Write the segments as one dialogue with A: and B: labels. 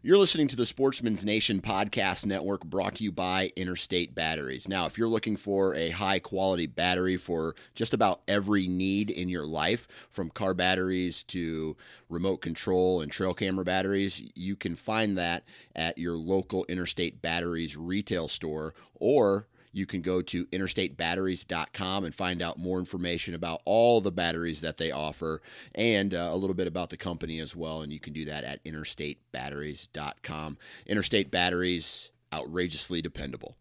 A: You're listening to the Sportsman's Nation Podcast Network brought to you by Interstate Batteries. Now, if you're looking for a high quality battery for just about every need in your life, from car batteries to remote control and trail camera batteries, you can find that at your local Interstate Batteries retail store or you can go to interstatebatteries.com and find out more information about all the batteries that they offer and uh, a little bit about the company as well. And you can do that at interstatebatteries.com. Interstate Batteries, outrageously dependable.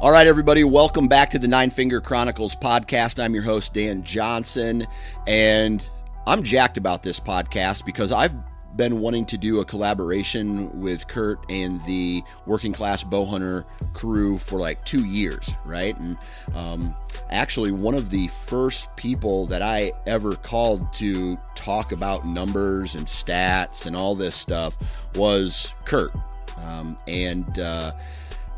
A: All right, everybody, welcome back to the Nine Finger Chronicles podcast. I'm your host, Dan Johnson, and I'm jacked about this podcast because I've been wanting to do a collaboration with Kurt and the working class bow hunter crew for like two years, right? And um, actually, one of the first people that I ever called to talk about numbers and stats and all this stuff was Kurt. Um, and, uh,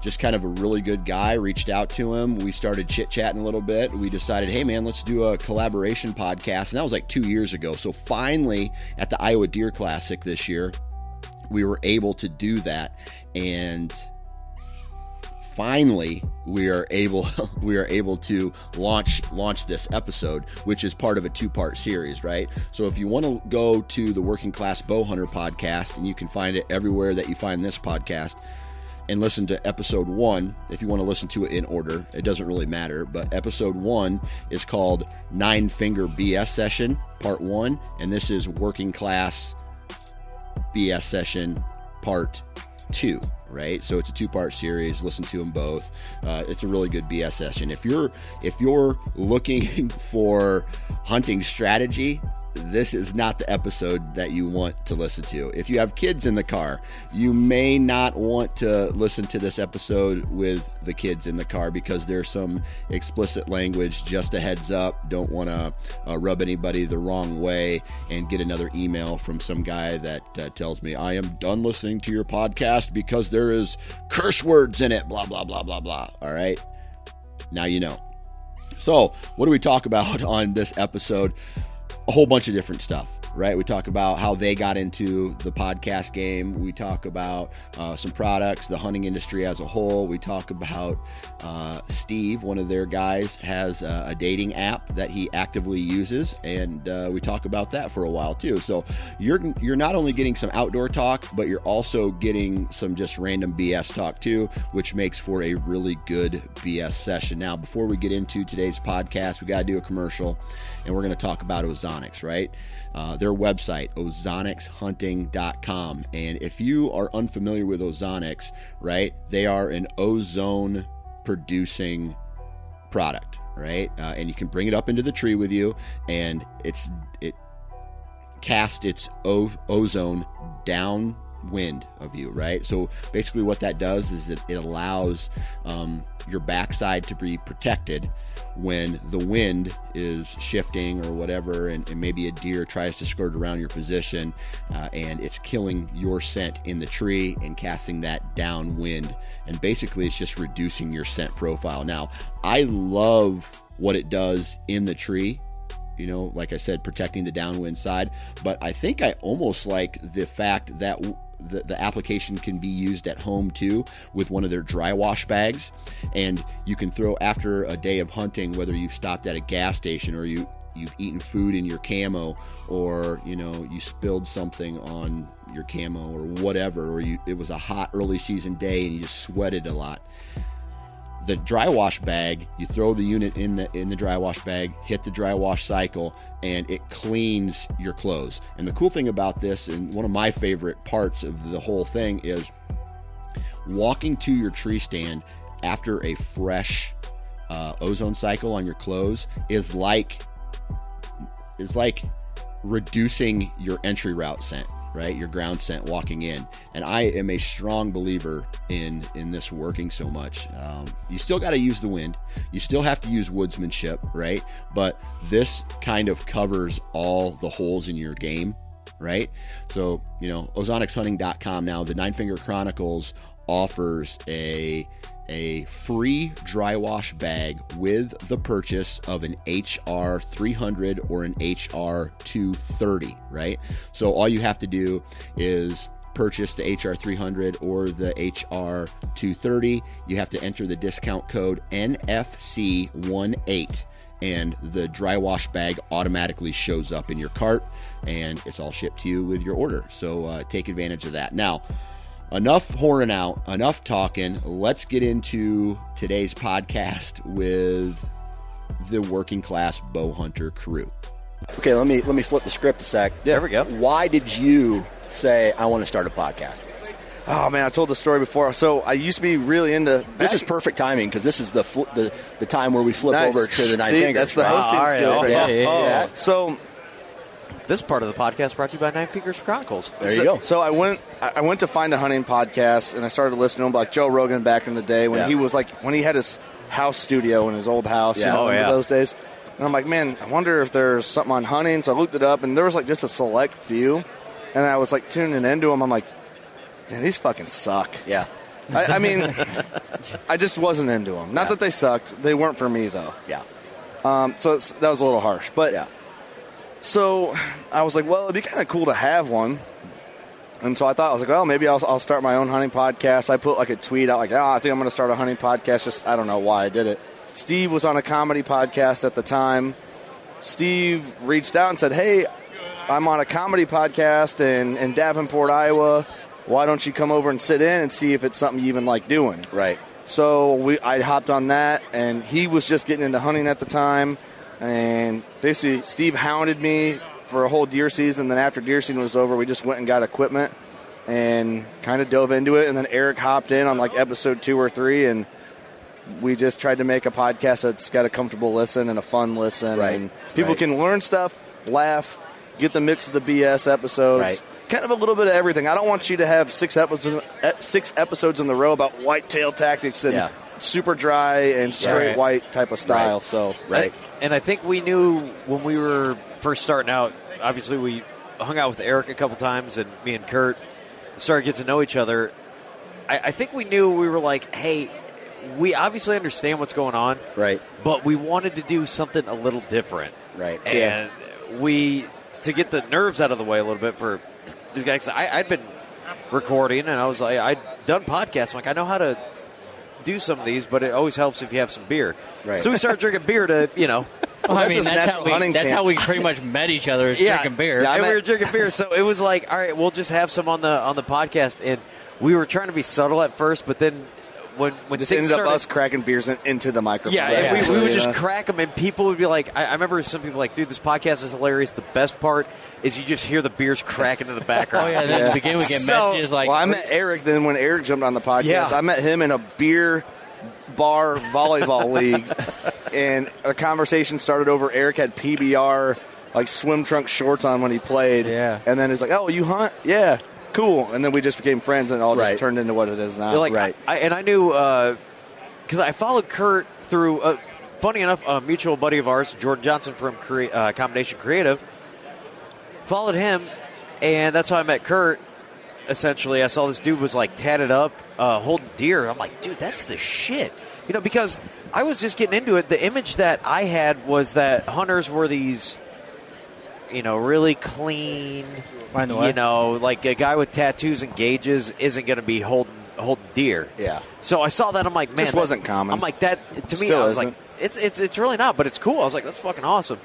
A: just kind of a really good guy. Reached out to him. We started chit chatting a little bit. We decided, hey man, let's do a collaboration podcast. And that was like two years ago. So finally, at the Iowa Deer Classic this year, we were able to do that. And finally we are able we are able to launch launch this episode which is part of a two part series right so if you want to go to the working class bow hunter podcast and you can find it everywhere that you find this podcast and listen to episode one if you want to listen to it in order. It doesn't really matter, but episode one is called Nine Finger BS Session, part one, and this is Working Class BS Session, part two. Right, so it's a two-part series. Listen to them both. Uh, it's a really good BS session. If you're if you're looking for hunting strategy, this is not the episode that you want to listen to. If you have kids in the car, you may not want to listen to this episode with the kids in the car because there's some explicit language. Just a heads up, don't want to uh, rub anybody the wrong way and get another email from some guy that uh, tells me, I am done listening to your podcast because there is curse words in it, blah, blah, blah, blah, blah. All right. Now you know. So, what do we talk about on this episode? a whole bunch of different stuff right we talk about how they got into the podcast game we talk about uh, some products the hunting industry as a whole we talk about uh, steve one of their guys has uh, a dating app that he actively uses and uh, we talk about that for a while too so you're you're not only getting some outdoor talk but you're also getting some just random bs talk too which makes for a really good bs session now before we get into today's podcast we got to do a commercial and we're going to talk about ozonics right uh, their website, ozonicshunting.com. And if you are unfamiliar with ozonics, right, they are an ozone producing product, right? Uh, and you can bring it up into the tree with you, and it's it casts its o- ozone downwind of you right so basically what that does is it, it allows um, your backside to be protected when the wind is shifting or whatever, and, and maybe a deer tries to skirt around your position uh, and it's killing your scent in the tree and casting that downwind. And basically, it's just reducing your scent profile. Now, I love what it does in the tree you know, like I said, protecting the downwind side. But I think I almost like the fact that w- the, the application can be used at home too with one of their dry wash bags. And you can throw after a day of hunting, whether you've stopped at a gas station or you, you've eaten food in your camo or you know you spilled something on your camo or whatever or you, it was a hot early season day and you just sweated a lot the dry wash bag you throw the unit in the in the dry wash bag hit the dry wash cycle and it cleans your clothes and the cool thing about this and one of my favorite parts of the whole thing is walking to your tree stand after a fresh uh, ozone cycle on your clothes is like is like reducing your entry route scent right your ground scent walking in and i am a strong believer in in this working so much um, you still got to use the wind you still have to use woodsmanship right but this kind of covers all the holes in your game right so you know ozonixhunting.com now the nine finger chronicles offers a a free dry wash bag with the purchase of an HR 300 or an HR 230, right? So all you have to do is purchase the HR 300 or the HR 230. You have to enter the discount code NFC18 and the dry wash bag automatically shows up in your cart and it's all shipped to you with your order. So uh, take advantage of that. Now, enough horning out, enough talking. Let's get into today's podcast with the working class bow hunter crew. Okay, let me let me flip the script a sec.
B: Yeah. There we go.
A: Why did you say I want to start a podcast?
B: Oh man, I told the story before. So I used to be really into.
A: This is perfect timing because this is the, fl- the the time where we flip
B: Nice.
A: over to the nine
B: See,
A: fingers. Ah.
B: That's the
A: right?
B: hosting
C: all right.
B: skills. right
A: Yeah,
B: there. Oh.
A: yeah, yeah.
B: So
C: This part of the podcast brought to you by Nine Fingers Chronicles.
A: There you
B: so,
A: go.
B: So I went. I I went to find a hunting podcast, and I started listening to him, like Joe Rogan back in the day when
A: Yeah.
B: he was like when he had his house studio in his old house.
A: Yeah.
B: You know,
A: Oh,
B: remember
C: yeah.
B: Those days. And I'm like, man, I wonder if there's something on hunting. So I looked it up, and there was like just a select few, and I was like tuning into them. I'm like, man, these fucking suck.
A: Yeah.
B: I, I mean, I just wasn't into them. Not that they sucked; they weren't for me though.
A: Yeah.
B: Um, so it's, that was a little harsh, but
A: Yeah.
B: So I was like, well, it'd be kind of cool to have one. And so I thought I was like, well, maybe I'll, I'll start my own hunting podcast. I put like a tweet out like, ah, I think I'm going to start a hunting podcast. Just I don't know why I did it. Steve was on a comedy podcast at the time. Steve reached out and said, hey, I'm on a comedy podcast in, in Davenport, Iowa. Why don't you come over and sit in and see if it's something you even like doing?
A: Right.
B: So we, I hopped on that, and he was just getting into hunting at the time. And basically, Steve hounded me for a whole deer season. Then after deer season was over, we just went and got equipment and kind of dove into it. And then Eric hopped in on like episode two or three, and we just tried to make a podcast that's got a comfortable listen and a fun listen,
A: Right,
B: and people
A: right.
B: can learn stuff, laugh, get the mix of the BS episodes
A: Right.
B: kind of a little bit of everything. I don't want you to have six episodes e, six episodes in the row about whitetail tactics and
A: Yeah.
B: super dry and straight
C: Right.
B: white type of style.
A: Right.
B: So
A: Right.
C: And I think we knew when we were first starting out, obviously, we hung out with Eric a couple times and me and Kurt started to get to know each other. I, I think we knew we were like, hey, we obviously understand what's going on,
A: Right.
C: but we wanted to do something a little different.
A: Right.
C: And we, to get the nerves out of the way a little bit for these guys, 'cause I, I'd been recording and I was like, I'd done podcasts. I'm like, I know how to do some of these, but it always helps if you have some beer.
A: Right.
C: So we started drinking beer to, you know,
B: Well,
D: Well, I
B: that's
D: mean,
B: just
D: that's
B: natural
D: how, we,
B: hunting
D: that's
B: camp.
D: how we pretty much met each other is drinking beer.
B: Yeah, I
C: and
B: met-
C: we were drinking beer, so it was like, all right, we'll just have some on the on the podcast. And we were trying to be subtle at first, but then when when
B: just
C: things
B: ended up
C: started,
B: us cracking beers in, into the microphone.
C: yeah,
B: That's
C: and we, we would
B: really,
C: just
B: uh,
C: crack them, and people would be like, I, I remember some people like, dude, this podcast is hilarious. The best part is you just hear the beers cracking in the background.
D: Oh yeah, then at the beginning we get
C: So-
D: messages like,
B: well, I met Eric. Then when Eric jumped on the podcast,
C: Yeah.
B: I met him in a beer bar volleyball league, and a conversation started over. Eric had PBR like swim trunk shorts on when he played,
D: Yeah.
B: and then he's like, "Oh, you hunt? Yeah, cool." And then we just became friends, and it all
A: Right.
B: just turned into what it is now.
C: They're like,
A: Right.
C: I, and I knew because I followed Kurt through uh, funny enough, a mutual buddy of ours, Jordan Johnson from Cre- uh, Combination Creative, followed him, and that's how I met Kurt. Essentially, I saw this dude was like tatted up, uh, holding deer. I'm like, dude, that's the shit, you know, because I was just getting into it. The image that I had was that hunters were these, you know, really clean,
D: By the way.
C: you know, like a guy with tattoos and gauges isn't going to be holding holding deer.
A: Yeah.
C: So I saw that. I'm like, man,
B: Just
C: that-
B: wasn't common.
C: I'm like that to me.
B: Still
C: I was
B: isn't.
C: like, it's it's it's really not, but it's cool. I was like, that's fucking awesome.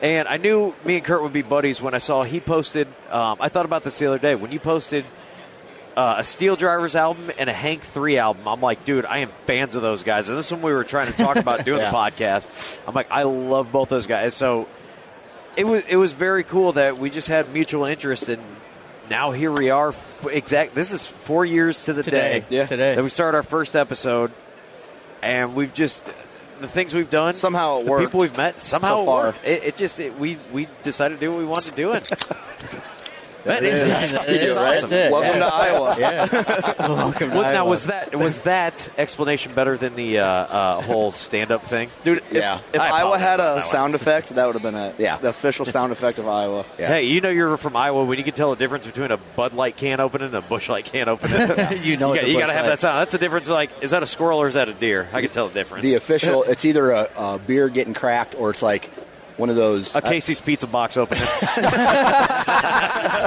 C: And I knew me and Kurt would be buddies when I saw he posted. Um, I thought about this the other day when you posted uh, a Steel Drivers album and a Hank Three album. I'm like, dude, I am fans of those guys. And this is when we were trying to talk about doing
A: Yeah.
C: the podcast. I'm like, I love both those guys. So it was it was very cool that we just had mutual interest and now here we are f- exact this is four years to the
D: Today.
C: day
D: Yeah. Today.
C: that we started our first episode and we've just the things we've done
B: Somehow it
C: the
B: worked.
C: people we've met somehow
B: So
C: it
B: far.
C: worked it, it just it, we we decided to do what we wanted to do and Man, it-
D: That's how you do it, right?
C: awesome.
D: That's it.
C: Well,
B: Welcome to Iowa.
D: Yeah. Welcome to
C: well, now
D: Iowa.
C: was that was that explanation better than the uh, uh, whole stand up thing
B: Dude, if,
A: Yeah.
B: if
C: I
B: Iowa
C: apologize
B: had
C: about that
B: a
C: one.
B: sound effect, that would have been it.
A: Yeah.
B: The official sound effect of Iowa.
A: Yeah.
C: Hey, you know you're from Iowa when you can tell the difference between a Bud Light can opening and a Bush Light can opening.
D: you know
C: you
D: it's
C: got
D: a
C: to
D: bush
C: have
D: light.
C: that sound. That's the difference. Like, is that a squirrel or is that a deer? I can tell the difference.
A: The official, it's either a, a beer getting cracked or it's like one of those.
C: a Casey's pizza box opening.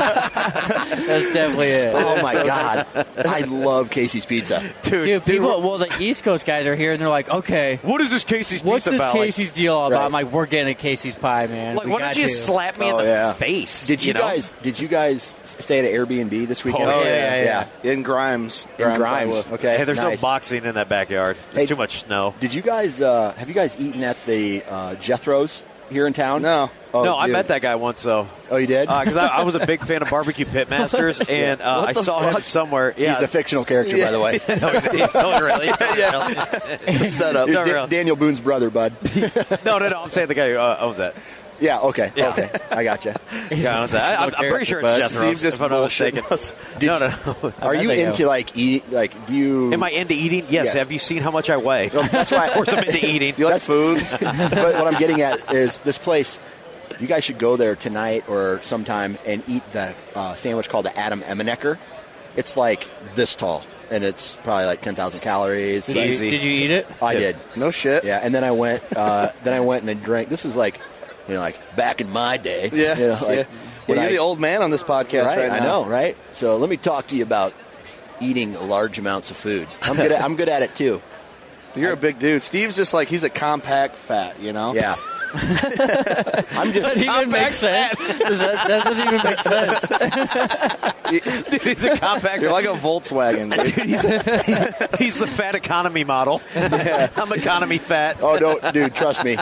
D: That's definitely it.
A: oh my god, I love Casey's Pizza.
C: dude,
D: Dude, people.
C: what-
D: Well, the East Coast guys are here, and they're like, "Okay,
C: what is this Casey's
D: what's
C: pizza
D: this
C: about? Like-
D: Casey's deal all about?"
A: Right.
D: I'm like, "We're getting a Casey's pie, man.
C: Like,
D: We
C: why
D: got
C: don't you
D: to."
C: slap me in
B: Oh,
C: the
B: yeah.
C: face?
A: Did you,
C: know?
A: guys? Did you guys stay at an Airbnb this weekend?
C: Oh,
D: yeah, yeah, yeah.
B: In Grimes.
A: In Grimes.
B: Iowa.
A: Okay.
C: Hey, there's
A: nice.
C: no boxing in that backyard. There's
A: Hey-
C: too much snow.
A: Did you guys? Uh, have you guys eaten at the uh, Jethro's here in town?
B: No.
A: Oh,
C: no, I
A: dude.
C: met that Uh, guy once though.
A: Oh, you did?
C: Because I, I was a big fan of barbecue
A: Oh,
C: pitmasters, and uh, I saw him somewhere. Yeah,
A: He's a fictional character, by the way.
C: no, he's, he's totally really. he's totally really.
B: It's a setup.
A: It's
C: No,
A: Da-
C: real.
A: Daniel Boone's brother, bud.
C: No, no, no. I'm saying the guy who uh, owns that.
A: yeah. Okay.
C: Yeah.
A: Okay. I gotcha.
D: He's
C: Yeah,
D: a
C: I was- I,
D: fictional
C: I'm, I'm pretty sure it's
D: character,
C: Jethro.
B: Steve just
C: if I'm not
B: bullshit
C: mistaken.
B: us.
C: No, no, no.
A: Are
D: bet
A: you
D: they know.
A: into like eat? Like, do you?
C: Am I into eating? Yes.
A: Yes.
C: Have you seen how much I weigh?
A: Well,
C: of
A: that's why.
C: course, I'm into eating.
B: Do you like food?
A: but what I'm getting at is this place. You guys should go there tonight or sometime and eat the uh, sandwich called the Adam Emenecker. It's like this tall, and it's probably like 10,000 calories.
D: but- Did you-
C: Easy.
D: Did you eat it?
A: I did.
B: no shit.
A: Yeah, and then I went. Uh, then I went and I drank. This is like, you know, like back in my day.
B: Yeah.
A: you know, like,
B: yeah.
A: when
B: you're
A: I-
B: the old man on this podcast
A: right,
B: right,
A: I
B: now.
A: know, right? So let me talk to you about eating large amounts of food. I'm good. At, I'm good at it too.
B: You're a big dude. Steve's just like, he's a compact fat, you know?
A: Yeah. I'm just.
D: That even makes sense. Does that, that doesn't even make sense.
C: Dude, he's a compact.
B: You're like a Volkswagen. dude.
C: Dude, he's, he's the fat economy model. I'm economy fat.
A: Oh no, dude, trust me.
D: You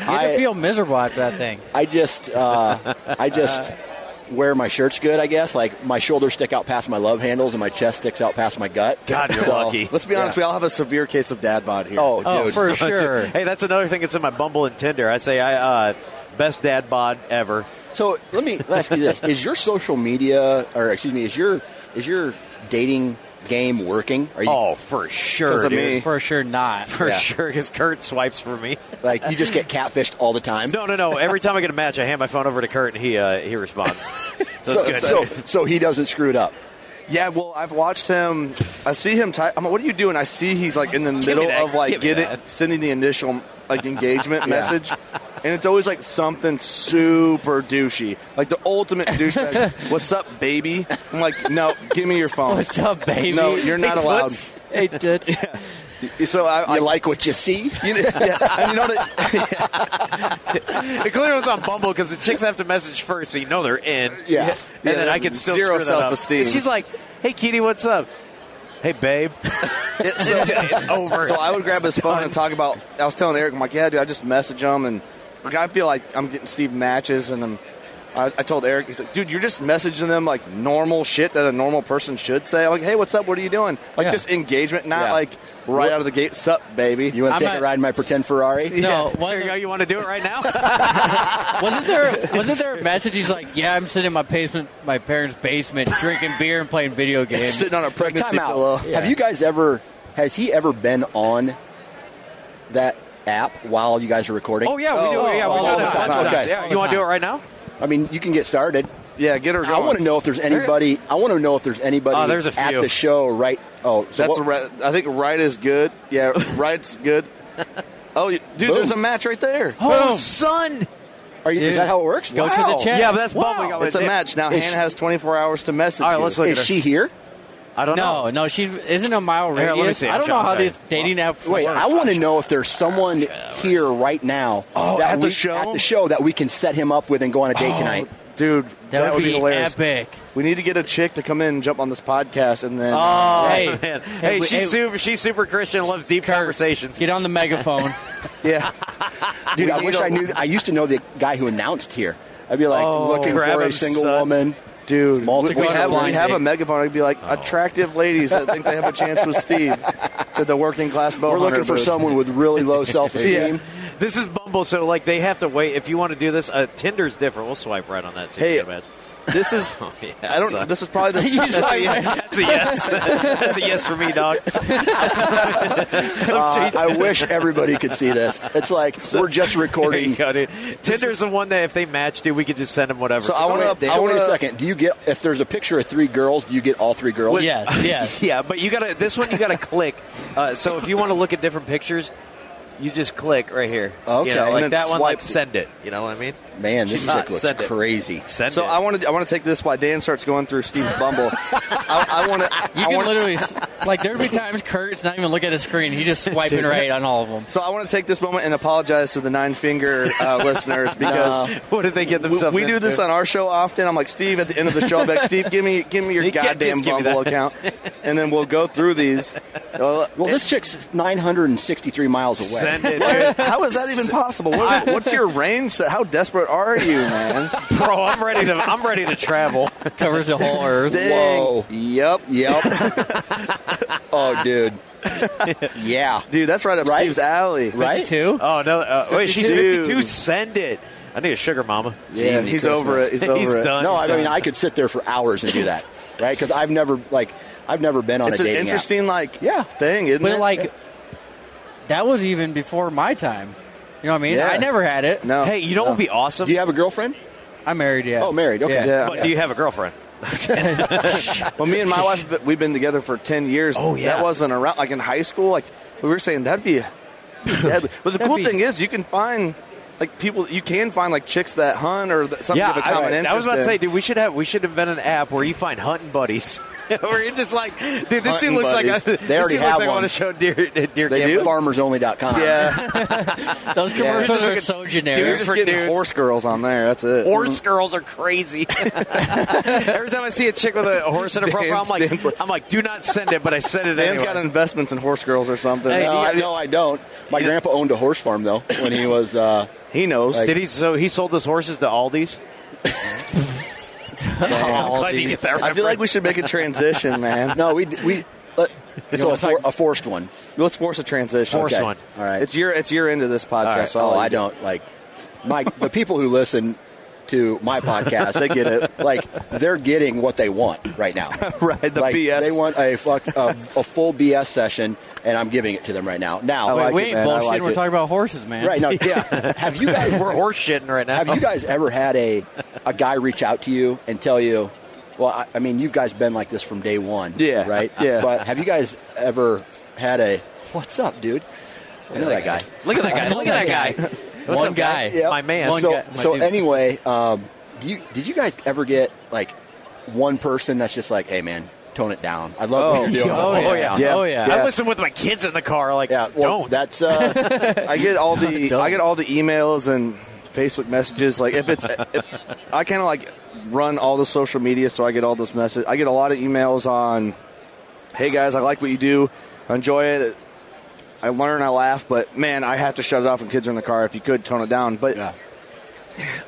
D: I,
A: I-
D: feel miserable after that thing.
A: I just, uh, I just wear my shirts good, I guess. Like my shoulders stick out past my love handles, and my chest sticks out past my gut.
C: God, you're lucky.
B: Let's be honest, we all have a severe case of dad bod here.
A: Oh,
D: Oh,
A: dude.
D: for sure.
C: Hey, that's another thing that's in my Bumble and Tinder. I say I uh, best dad bod ever.
A: So let me let me ask you this: Is your social media, or excuse me, is your is your dating game working? Are you
C: Oh, for sure,
B: 'Cause of
C: dude.
B: me.
D: For sure not.
C: For
A: Yeah.
C: sure, because Kurt swipes for me.
A: like you just get catfished all the time?
C: No, no, no. Every time I get a match, I hand my phone over to Kurt, and he uh, he responds. So, it's
A: So,
C: good.
A: so, so he doesn't screw it up.
B: Yeah, well, I've watched him. I see him. Ty- I'm like, what are you doing? I see he's like in the
C: me
B: middle
C: that.
B: of like
C: Give me
B: getting
C: that.
B: sending the initial like engagement message, and it's always like something super douchey, like the ultimate douchebag. What's up, baby? I'm like, no, give me your phone.
D: What's up, baby?
B: No, you're not
C: Hey,
B: allowed.
C: toots.
D: Hey, toots.
B: So I, I
A: You like what you see?
B: you know, yeah, and you know what? it-
C: It clearly was on Bumble because the chicks have to message first, so you know they're in.
A: Yeah.
C: and
B: Yeah,
C: then I can still
B: zero
C: screw that up.
B: self-esteem.
C: She's like, "Hey, Kitty, what's up? Hey, babe,
B: It's, so,
C: it's, it's over."
B: So I would grab his phone and talk about. I was telling Eric, I'm like, yeah, dude, I just message him, and like I feel like I'm getting Steve matches, and I'm. I, I told Eric, he's like, dude, you're just messaging them like normal shit that a normal person should say. I'm like, hey, what's up? What are you doing? Like
D: Yeah.
B: just engagement, not
A: Yeah.
B: like right
A: What-
B: out of the gate. Sup, baby?
A: You want
D: I'm
A: to take
D: not-
A: a ride in my pretend Ferrari?
D: No, one
C: There
D: of
C: you go.
D: the-
C: You want to do it right now?
D: wasn't there wasn't there a message? He's like, "Yeah, I'm sitting in my basement, my parents' basement, drinking beer and playing video games."
B: Sitting on a pregnancy
A: Time out.
B: pillow.
A: Have you guys ever? Has he ever been on that app while you guys are recording?
C: Oh yeah, we do.
A: Oh,
C: Yeah, we
A: all
C: do
A: the
C: that
A: time.
C: sometimes.
A: Okay.
C: Yeah,
D: All the
C: you want to do it
D: time.
C: right now?
A: I mean, you can get started.
B: Yeah, get her
A: I
B: going.
A: want to know if there's anybody. I want to know if there's anybody
C: Oh, there's a
A: at
C: few.
A: the show. Right? Oh, so
B: That's
A: what-
B: right. I think right is good. Yeah, right's good. Oh, you- dude,
A: Boom.
B: there's a match right there.
C: Oh, son.
A: Are you, is
D: Dude.
A: that how it works?
D: Go to
B: Wow.
D: the chat.
C: Yeah, but that's bubbling up.
B: It's a
C: They-
B: match now.
A: Is
B: Hannah
A: she-
B: has 24 hours to message.
C: All right,
B: you.
C: let's look at
A: Is
C: her.
A: she here?
C: I don't know.
D: No, no, she's isn't a mile
C: let
D: radius.
C: me see.
D: I don't know
C: Sean,
D: how
C: sorry.
D: these dating apps
A: Wait,
D: work.
A: I want to know if there's someone here right now
B: Oh,
A: that
B: at the
A: we-
B: show? Oh,
A: at the show that we can set him up with and go on a date tonight.
B: dude. That,
D: That,
B: would be, hilarious.
D: epic.
B: We need to get a chick to come in and jump on this podcast, and then
C: Oh
D: Hey.
C: man!
D: Hey,
C: Hey,
D: we-
C: she's
D: hey.
C: super. She's super Christian. Loves deep conversations.
D: Get on the megaphone.
B: yeah,
A: Dude,
B: We
A: I
B: need
A: wish
B: a-
A: I knew. I used to know the guy who announced here. I'd be like looking for
C: grab
A: a
C: him,
A: single
C: son.
A: woman.
B: dude.
A: Multiple
B: we- we
A: on a
B: have we
D: blind
B: have
D: date.
B: a megaphone. I'd be like
A: Oh.
B: attractive ladies that think they have a chance with Steve to the working class bow.
A: We're looking
B: hunter
A: for
B: booth.
A: someone with really low self-esteem.
C: This is Bumble, so like they have to wait. If you want to do this, uh, Tinder's different. We'll swipe right on that. So
B: Hey,
C: you can imagine.
B: This is
C: Oh, yeah,
B: I don't.
C: son.
B: know. This is probably the
D: He's like,
C: That's a yes. That's a yes for me, dog.
A: Uh, I wish everybody could see this. It's like we're just
C: There you
A: recording.
C: go, dude. Tinder's the one that if they match, dude, we could just send them whatever.
B: So I wanna-
A: Wait,
B: I
A: so wait a
B: wanna-
A: second. Do you get if there's a picture of three girls? Do you get all three girls?
D: yes, yes.
C: yeah, but you gotta. This one you gotta click. Uh, so if you want to look at different pictures, you just click right here.
A: Okay.
C: You know,
A: And
C: like
B: then
C: that one, like
B: swipe.
C: send it. You know what I mean?
A: Man, this
C: She's
A: chick
C: hot.
A: looks
C: Send it.
A: crazy.
C: Send
B: So
C: it.
B: I want to I want to take this while Dan starts going through Steve's Bumble. I, I want to
D: You
B: I
D: can
B: want
D: literally s- like there'd be times Kurt's not even looking at a screen. He's just swiping right on all of them.
B: so I want to take this moment and apologize to the nine finger uh, listeners because
C: what did they get
B: we,
C: themselves?
B: we do this
C: into?
B: on our show often. I'm like Steve at the end of the show. I'm like Steve, give me give me your
C: You can't
B: goddamn
C: just give me
B: Bumble
C: that.
B: account, and then we'll go through these. Well,
A: Well, this chick's 963 miles away.
C: Send it, dude.
B: how is that even possible? What, what's your range? How desperate are you, man?
C: bro. I'm ready to. I'm ready to travel.
D: Covers the whole earth.
A: Whoa.
B: Yep,
A: Yep. oh, dude. Yeah.
B: dude, that's right up
A: Right?
B: Steve's alley.
A: Right?
D: Two.
C: Oh no! Uh, wait, she's
B: 52.
C: 52. Send it. I need a sugar mama.
B: Yeah,
A: Gee,
B: he's
A: Christmas.
B: over it. He's over
C: He's
B: it.
C: done.
A: No, I mean I could sit there for hours and do that, right? Because I've never like I've never been on
B: It's
A: a
B: an
A: dating
B: interesting like
A: Yeah.
B: thing, isn't
D: But
B: it?
D: like that was even before my time. You know what I mean?
B: Yeah.
D: I never had it.
B: no.
C: Hey, you know what would be awesome?
A: app. Do you have a girlfriend?
D: I'm married yet.
A: Oh, married. Okay.
B: Yeah.
C: but do you have a girlfriend?
B: Well, me and my wife, we've been together for ten years.
C: Oh, yeah.
B: that wasn't around. Like in high school, like we were saying, that'd be deadly. But the
D: That'd
B: cool
D: be-
B: thing is, you can find like people. You can find like chicks that hunt or that, something
C: yeah,
B: of a common
C: I,
B: interest.
C: I was about to
B: in.
C: say, dude, we should have we should invent an app where you find hunting buddies, where you're just like, dude, this
B: Hunting
C: dude looks
B: buddies.
C: like I,
B: They
C: this
A: already
C: dude
A: have
C: looks like I
A: one.
C: want to show deer deer
B: They
C: camp.
B: do?
A: Farmersonly.com.
B: yeah,
D: Those commercials
C: just
D: are
C: looking-
D: so
B: you're
D: generic.
B: just
C: for
B: getting
C: dudes.
B: horse girls on there. That's it.
C: Horse girls are crazy. Every time I see a chick with a horse in her profile, I'm like,
B: Dan's like-
C: I'm like, do not send it, but I send it
B: Dan's
C: anyway.
B: got investments in horse girls or something.
C: Hey,
A: No,
C: you
A: I,
C: got-
A: no, I don't. My grandpa owned a horse farm though when he was. Uh,
B: he knows.
C: Did he? So he sold his horses to Aldi's. I'm glad you get that.
B: I feel like we should make a transition, man.
A: no, we we. Uh, so
D: wanna
A: a, for,
D: talk-
A: a forced one.
B: Let's force a transition.
C: Force
B: Okay.
C: one.
A: All right.
B: It's your it's your end of this podcast.
C: right.
B: so I'll
A: Oh,
B: let
A: I
B: you do it.
A: don't like my the people who listen to my podcast. they get it. Like they're getting what they want right now.
B: Right, the
A: Like,
B: BS.
A: They want a fuck a, a full BS session, and I'm giving it to them right now. Now,
D: Wait,
B: like
D: we
B: it,
D: ain't
B: man. I
D: bullshitting.
B: like
D: We're
B: it.
D: talking about horses, man.
A: right now, yeah. Have you guys
C: we're horse shitting right now.
A: Have
B: Oh.
A: you guys ever had a a guy reach out to you and tell you? Well, I, I mean, you've guys been like this from day one,
B: Yeah,
A: right?
B: yeah.
A: But have you guys ever had a "What's up, dude"? I know that guy.
C: Look at that guy. Look at that guy. What's
D: One
C: up,
D: guy.
A: Yep.
C: My man.
D: One
A: so,
D: guy- my
A: so
D: dude.
A: anyway, um, do you did you guys ever get like one person that's just like, "Hey, man, tone it down. I love
B: Oh,
A: what you're doing.
D: Oh,
A: Tone it
D: yeah.
A: down."
B: Yeah.
D: Oh yeah.
C: I
B: Yeah.
C: listen with my kids in the car. Like,
A: yeah. Well,
C: don't.
A: that's uh,
B: I get all the
D: Don't.
B: I get all the emails and Facebook messages. Like if it's, if, I kind of like run all the social media, so I get all those messages. I get a lot of emails on, "Hey guys, I like what you do, I enjoy it." I learn, I laugh, but man, I have to shut it off when kids are in the car. If you could tone it down, but
A: yeah.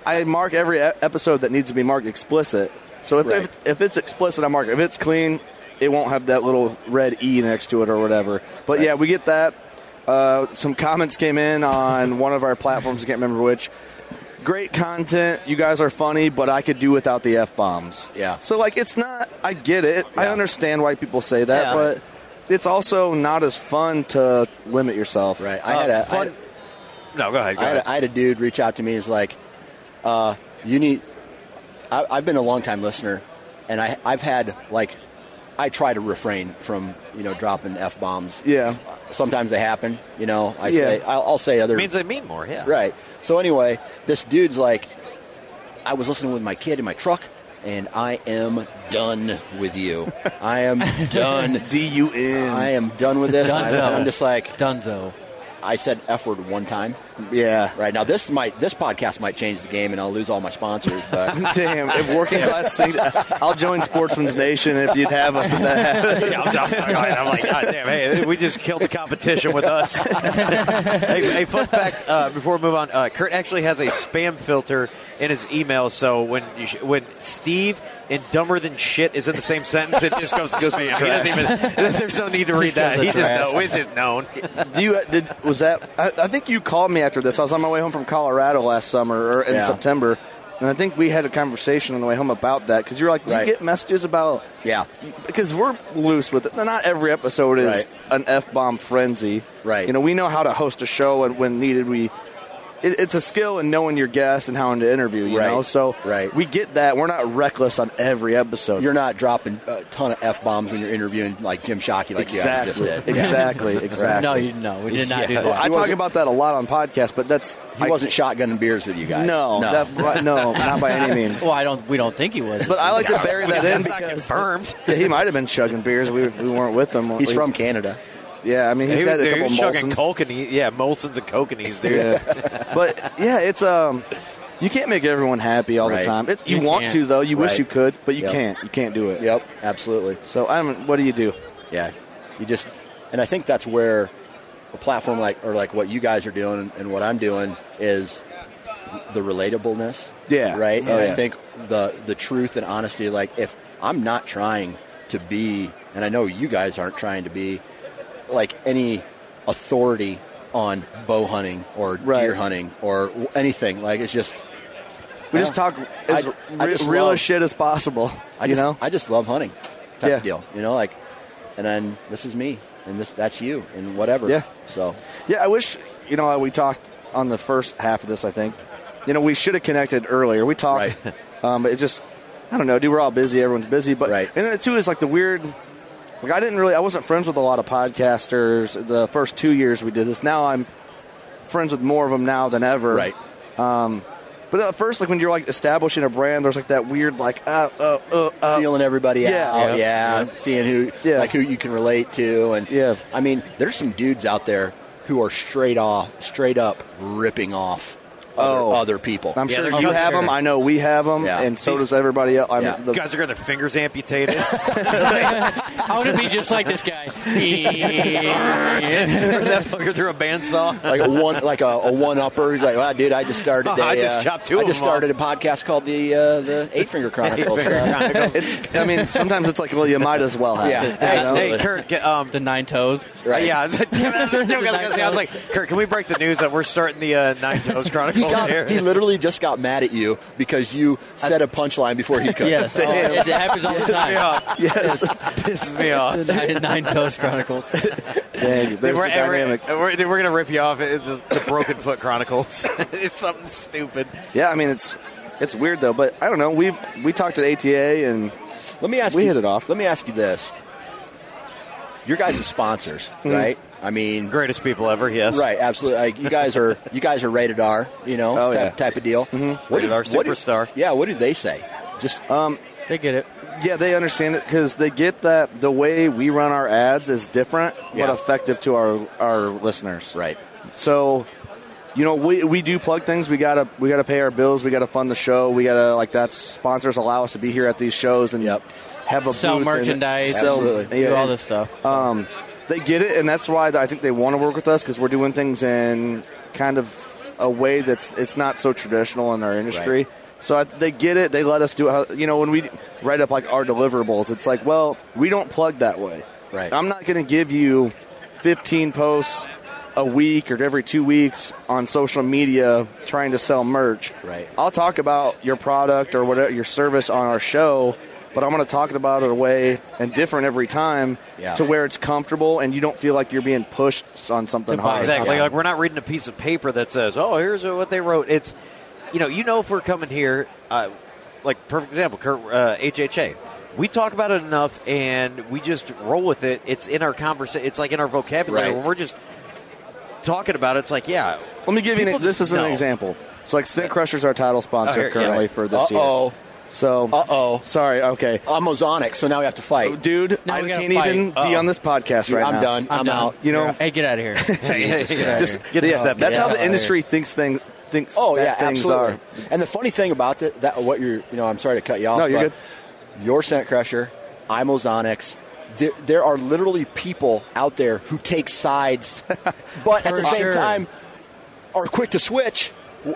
B: I mark every e- episode that needs to be marked explicit. So if,
A: Right.
B: if, if it's explicit, I mark it. If it's clean, it won't have that little red E next to it or whatever. But yeah, we get that. Uh, some comments came in on one of our platforms, I can't remember which. Great content. You guys are funny, but I could do without the F bombs.
A: Yeah.
B: So, like, it's not, I get it. I
A: Yeah.
B: understand why people say that,
A: Yeah.
B: but it's also not as fun to limit yourself. Uh,
A: Right. I had a I
C: fun-
A: had-
C: No, go ahead. Go
A: I had,
C: ahead.
A: a, I had a dude reach out to me. He's like, uh, "You need." I, I've been a long time listener, and I, I've had like, I try to refrain from you know dropping f bombs.
B: Yeah.
A: Sometimes they happen. You know, I
B: Yeah.
A: say I'll, I'll say other
C: it means they mean more. Yeah.
A: Right. So anyway, this dude's like, I was listening with my kid in my truck, and I am done with you. I am done.
B: D U
A: I
B: N.
A: am done with this. I'm,
D: Dunzo.
A: I'm just like,
D: Dunzo.
A: I said f word one time.
B: Yeah.
A: Right now, this might this podcast might change the game, and I'll lose all my sponsors. But
B: Damn, if working class sing, I'll join Sportsman's Nation if you'd have us in that.
C: yeah, I'm, I'm, sorry, I'm like, God damn, hey, we just killed the competition with us. hey, hey, fun fact uh, before we move on, uh, Kurt actually has a spam filter in his email, so when you sh- when Steve and dumber than shit is in the same sentence, it just goes to spam. He doesn't even, there's no need to read
D: Just goes
C: that.
D: to
C: He just
D: trash.
C: know it's just known.
B: Do you uh, did was that? I, I think you called me after this. I was on my way home from Colorado last summer or in
A: Yeah.
B: September, and I think we had a conversation on the way home about that because you were like, you
A: Right.
B: get messages about
A: yeah,
B: because we're loose with it. Not every episode is
A: Right.
B: an f bomb frenzy.
A: Right.
B: You know, we know how to host a show, and when needed, we. It, it's a skill in knowing your guests and how to interview. You
A: Right.
B: know, so
A: Right.
B: we get that. We're not reckless on every episode.
A: you're not dropping a ton of f bombs when you're interviewing like Jim Shockey, like
B: exactly,
A: you just did. Yeah.
B: exactly, exactly.
D: No, you no, we did not do
A: Yeah.
D: that.
B: Well, I
A: He
B: talk
A: wasn't-
B: about that a lot on podcasts, but that's
A: He
B: I-
A: wasn't shotgunning beers with you guys.
B: No,
A: no.
B: that- no, not by any means.
D: well, I don't. We don't think he was.
B: But I like to bury that in
C: That's not
B: because
C: confirmed.
B: Yeah, he might have been chugging beers. We, we weren't with him.
A: he's from Canada.
B: Yeah, I mean he's
C: he,
B: had
C: was-
B: a
C: he
B: couple
C: was chugging
B: Molsons.
C: coke and he, yeah, Molson's and coke and he's there.
B: Yeah. but yeah, it's um, you can't make everyone happy all
A: Right.
B: the time. It's, you,
D: You
B: want
D: can't.
B: to though. You wish
A: Right.
B: you could, but you
A: Yep.
B: can't. You can't do it.
A: Yep, absolutely.
B: So I don't. What do you do?
A: Yeah, you just, and I think that's where a platform like or like what you guys are doing and what I'm doing is the relatableness.
B: Yeah.
A: right.
B: Oh,
A: and
B: yeah.
A: I think the the truth and honesty. Like if I'm not trying to be, and I know you guys aren't trying to be, like any authority on bow hunting or
B: Right.
A: deer hunting or w- anything. Like it's just
B: We just talk as
A: I-
B: re-
A: I just
B: real
A: love-
B: as shit as possible.
A: I
B: you
A: just
B: know.
A: I just love hunting. Type
B: Yeah.
A: of deal. You know, like, and then this is me, and this that's you, and whatever.
B: Yeah.
A: So
B: Yeah, I wish you know we talked on the first half of this. I think you know we should have connected earlier. We talked,
A: Right.
B: um, but it just I don't know, dude. We're all busy. Everyone's busy, but
A: Right.
B: and then too is like the weird. Like I didn't really, I wasn't friends with a lot of podcasters the first two years we did this. Now I'm friends with more of them now than ever.
A: right.
B: But at first, like when you're like establishing a brand, there's like that weird like uh uh uh, uh
A: feeling everybody
B: yeah.
A: out,
D: Yeah.
A: yeah, seeing who
B: Yeah.
A: like who you can relate to, and
B: Yeah.
A: I mean, there's some dudes out there who are straight off, straight up ripping off
B: Oh.
A: other, other people.
B: I'm
C: Yeah,
B: sure
C: they're
B: you
C: not
B: have
D: sure.
B: them. I know we have them,
A: Yeah.
B: and so
C: These-
B: does everybody else. I'm,
A: Yeah.
B: the,
C: guys are getting their fingers amputated.
D: I want to be just like this guy. yeah.
C: that fucker through a bandsaw.
A: like a one, like a, a one upper. He's like, "Wow, dude, I just started. A,
C: I just
A: uh,
C: chopped two
A: I
C: of
A: just
C: them off."
A: started a podcast called the uh, the Eight Finger Chronicles. Uh,
B: it's. I mean, sometimes it's like, well, you might as well have.
A: Yeah.
B: it, you
A: Hey,
B: know?
C: hey, Kurt, get, um,
D: The nine toes.
A: right?
C: Yeah, I was, like, damn, that was a joke. I was, gonna say, I was like, Kurt, can we break the news that we're starting the uh, Nine Toes
A: He,
C: Chronicles here?
A: got, he literally just got mad at you because you said a punchline before he could.
D: Yes, oh, it happens all the
C: Pisses me
D: time.
C: off.
B: Yes.
C: Pisses me off.
D: The nine, nine toes chronicles.
B: Dang,
C: Dude,
B: there's
C: we're,
B: the
C: and we're-
B: dynamic.
C: and we're- dude, we're gonna rip you off at the, the Broken Foot Chronicles. it's something stupid.
B: Yeah, I mean it's it's weird though, but I don't know. We've we talked at ATA and
A: Let me ask
B: We
A: you,
B: hit it off.
A: Let me ask you this: Your guys' sponsors,
B: Mm-hmm.
A: right? I mean,
C: Greatest people ever. Yes.
A: right? Absolutely. Like you guys are you guys are rated R, you know,
B: Oh,
A: type,
B: yeah.
A: type of deal. Mm-hmm.
C: Rated R superstar.
A: yeah. What do they say? Just uh,
D: They get it.
B: yeah, they understand it because they get that the way we run our ads is different,
A: Yeah.
B: but effective to our our listeners.
A: right.
B: So, you know, we we do plug things. We gotta we gotta pay our bills. We gotta fund the show. We gotta like that's sponsors allow us to be here at these shows and
A: Yep.
B: have a
D: Sell
B: booth and
D: merchandise.
B: sell-
A: Absolutely.
B: yeah,
D: do all
B: and-
D: this stuff.
B: Um, they get it, and that's why I think they want to work with us because we're doing things in kind of a way that's it's not so traditional in our industry.
A: Right.
B: So I, they get it. They let us do. How, you know, when we write up like our deliverables, it's like, well, we don't plug that way.
A: Right.
B: I'm not going to give you 15 posts a week or every two weeks on social media trying to sell merch.
A: Right.
B: I'll talk about your product or whatever your service on our show, but I'm going to talk about it a way and different every time
A: Yeah.
B: to where it's comfortable and you don't feel like you're being pushed on something
D: To buy
B: hard.
C: Exactly.
A: Yeah.
C: Like we're not reading a piece of paper that says, "Oh, here's what they wrote." It's, you know, you know, if we're coming here, uh, like perfect example, Kurt, uh, HHA. We talk about it enough, and we just roll with it. It's in our conversation. It's like in our vocabulary
A: Right.
C: when we're just talking about it. It's like, yeah,
B: Let me give you an,
C: People
B: this
C: just
B: is an
C: know.
B: example. So like Stink Crusher's our title sponsor
C: Oh, here- yeah.
B: currently for
A: Uh
B: this year.
A: oh.
B: So
A: Uh-oh.
B: Sorry, okay.
A: I'm Ozonic, so now we have to fight.
B: Dude,
D: Now
B: I
D: we gotta
B: can't
D: fight.
B: even be
C: Uh-oh.
B: on this podcast
A: Dude,
B: right
A: I'm
B: now.
A: done. I'm,
D: done.
A: out.
B: You know,
D: Hey, get out of here.
C: just
D: Christ.
C: get a
B: yeah,
C: step.
B: that's
C: back.
B: how the
D: Yeah.
B: industry thinks thing, thinks
A: Oh
B: that
A: yeah,
B: things
A: absolutely.
B: are.
A: And the funny thing about that, that what you're, you know, I'm sorry to cut you off.
B: No, you're
A: but Your scent crusher, I'm Ozonics. There, there are literally people out there who take sides, but at
D: For
A: the same
D: sure.
A: time are quick to switch.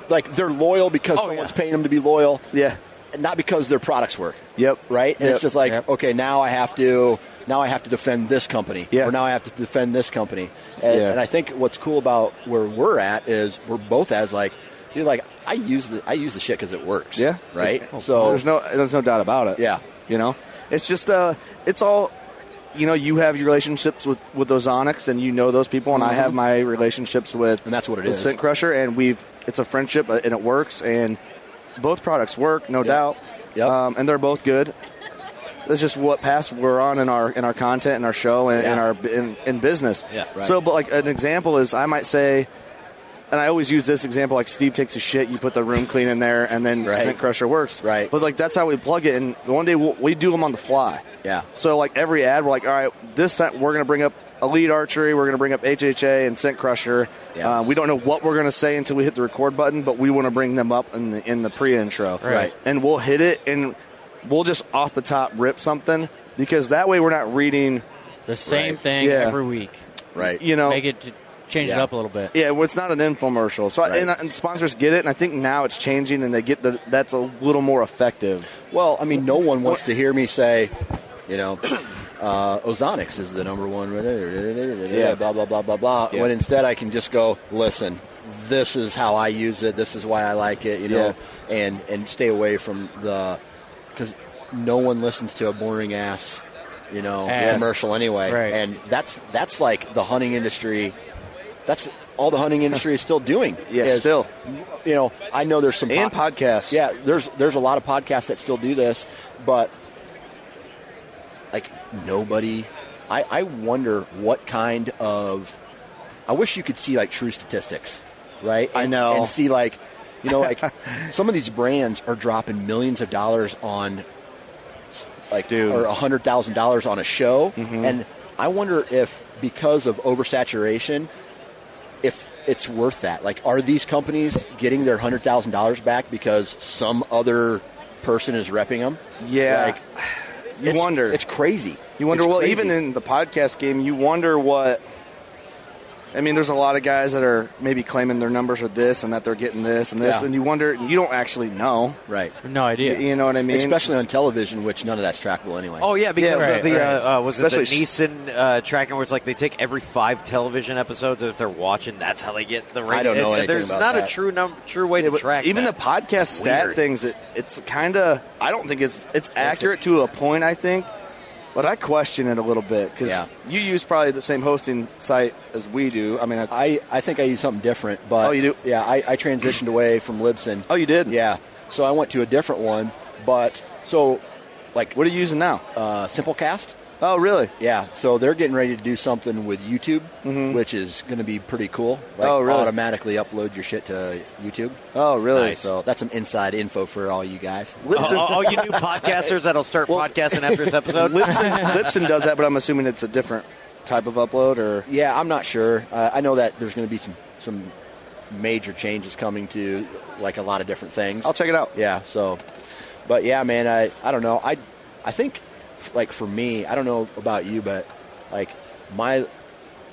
A: Like they're loyal because
C: Oh,
A: someone's
C: yeah.
A: paying them to be loyal,
B: Yeah.
A: and not because their products work.
B: Yep.
A: Right. And
B: Yep.
A: it's just like,
D: Yep.
A: okay, now I have to, now I have to defend this company,
B: Yeah.
A: or now I have to defend this company. And,
B: Yeah.
A: and I think what's cool about where we're at is we're both as like, you're like, I use the I use the shit because it works.
B: Yeah.
A: Right.
B: Oh,
A: so
B: there's no there's no doubt about it.
A: Yeah.
B: You know? It's just uh it's all you know, you have your relationships with with Ozonics and you know those people and I have my relationships with
A: Mm-hmm. And that's what it
B: with
A: is.
B: Scent Crusher and we've it's a friendship uh, and it works and both products work, no doubt.
A: Yep.
B: Um, and they're both good. That's just what path we're on in our in our content and our show and, and
A: Yeah.
B: our in, in business.
C: Yeah, right.
B: So, but like an example is, I might say, and I always use this example: like Steve takes a shit, you put the room clean in there, and then
A: Right.
B: Scent Crusher works.
A: Right.
B: But like that's how we plug it, and one day we'll, we do them on the fly.
A: Yeah.
B: So like every ad, we're like, all right, this time we're gonna bring up Elite Archery, we're gonna bring up HHA and Scent Crusher.
A: Yeah.
B: Uh, we don't know what we're gonna say until we hit the record button, but we want to bring them up in the in the pre-intro.
A: Right.
B: And we'll hit it, and we'll just off the top rip something because that way we're not reading.
D: The same
A: Right.
D: thing
B: Yeah.
D: every week.
A: right.
B: You know.
D: Make it t- change it
A: Yeah.
D: up a little bit.
B: Yeah, well, it's not an infomercial. So
A: Right.
B: and, uh, and sponsors get it, and I think now it's changing, and they get the that's a little more effective.
A: Well, I mean, no one wants to hear me say, you know, uh, Ozonics is the number one,
B: Yeah.
A: blah, blah, blah, blah, blah.
B: Yeah.
A: When instead I can just go, listen, this is how I use it, this is why I like it, you know, and, and stay away from the, because no one listens to a boring ass, you know,
D: Yeah.
A: commercial anyway.
D: Right.
A: And that's, that's like the hunting industry, that's all the hunting industry is still doing.
B: Yeah,
A: is,
B: still.
A: You know, I know there's some
B: And podcasts.
A: Yeah, there's there's a lot of podcasts that still do this, but like nobody. I, I wonder what kind of. I wish you could see like true statistics, right?
B: I
A: And-
B: know.
A: and see like, you know, like some of these brands are dropping millions of dollars on, like,
B: Dude. Mm-hmm.
A: or a hundred thousand dollars on a show, and I wonder if because of oversaturation, if it's worth that. Like, are these companies getting their hundred thousand dollars back because some other person is repping them?
B: Yeah.
A: like,
B: You
A: it's-
B: wonder.
A: It's crazy.
B: You wonder.
A: It's
B: Well,
A: crazy.
B: even in the podcast game, you wonder what. I mean, there's a lot of guys that are maybe claiming their numbers are this and that they're getting this and this,
A: Yeah.
B: and you wonder, and you don't actually know.
A: right,
D: No idea.
B: You know what I mean?
A: especially on television, which none of that's trackable anyway.
C: Oh yeah, because
B: right,
C: of the
D: right.
C: uh, uh, was it the
B: Especially s-
C: Neeson uh, tracking where it's like they take every five television episodes and if they're watching, that's how they get the rating.
A: don't know
C: It's-
A: anything
C: There's
A: about
C: not
A: that.
C: a true num- true way
B: Yeah,
C: to
B: but
C: track.
B: even
C: that.
B: the podcast stat
C: weird.
B: things. It, it's kind of. I don't think it's it's accurate to a point. I think, but I question it a little bit because
A: Yeah.
B: you use probably the same hosting site as we do. I mean, I,
A: I, I think I use something different, but
B: Oh, you do?
A: Yeah, I, I transitioned away from Libsyn.
B: Oh, you did?
A: Yeah, so I went to a different one, but so like
B: what are you using now?
A: uh, Simplecast.
B: Oh, really?
A: Yeah, so they're getting ready to do something with YouTube, which is going to be pretty cool. Like
B: Mm-hmm. Oh, really?
A: automatically upload your shit to YouTube.
B: Oh, really?
C: Nice.
A: So that's some inside info for all you guys.
C: all, all- all you new podcasters that'll start podcasting after this episode.
B: Lipson, Lipson does that, but I'm assuming it's a different type of upload, or
A: Yeah, I'm not sure. Uh, I know that there's going to be some some major changes coming to like a lot of different things.
B: I'll check it out.
A: Yeah. So, but yeah, man, I I don't know. I I think like for me, I don't know about you, but like my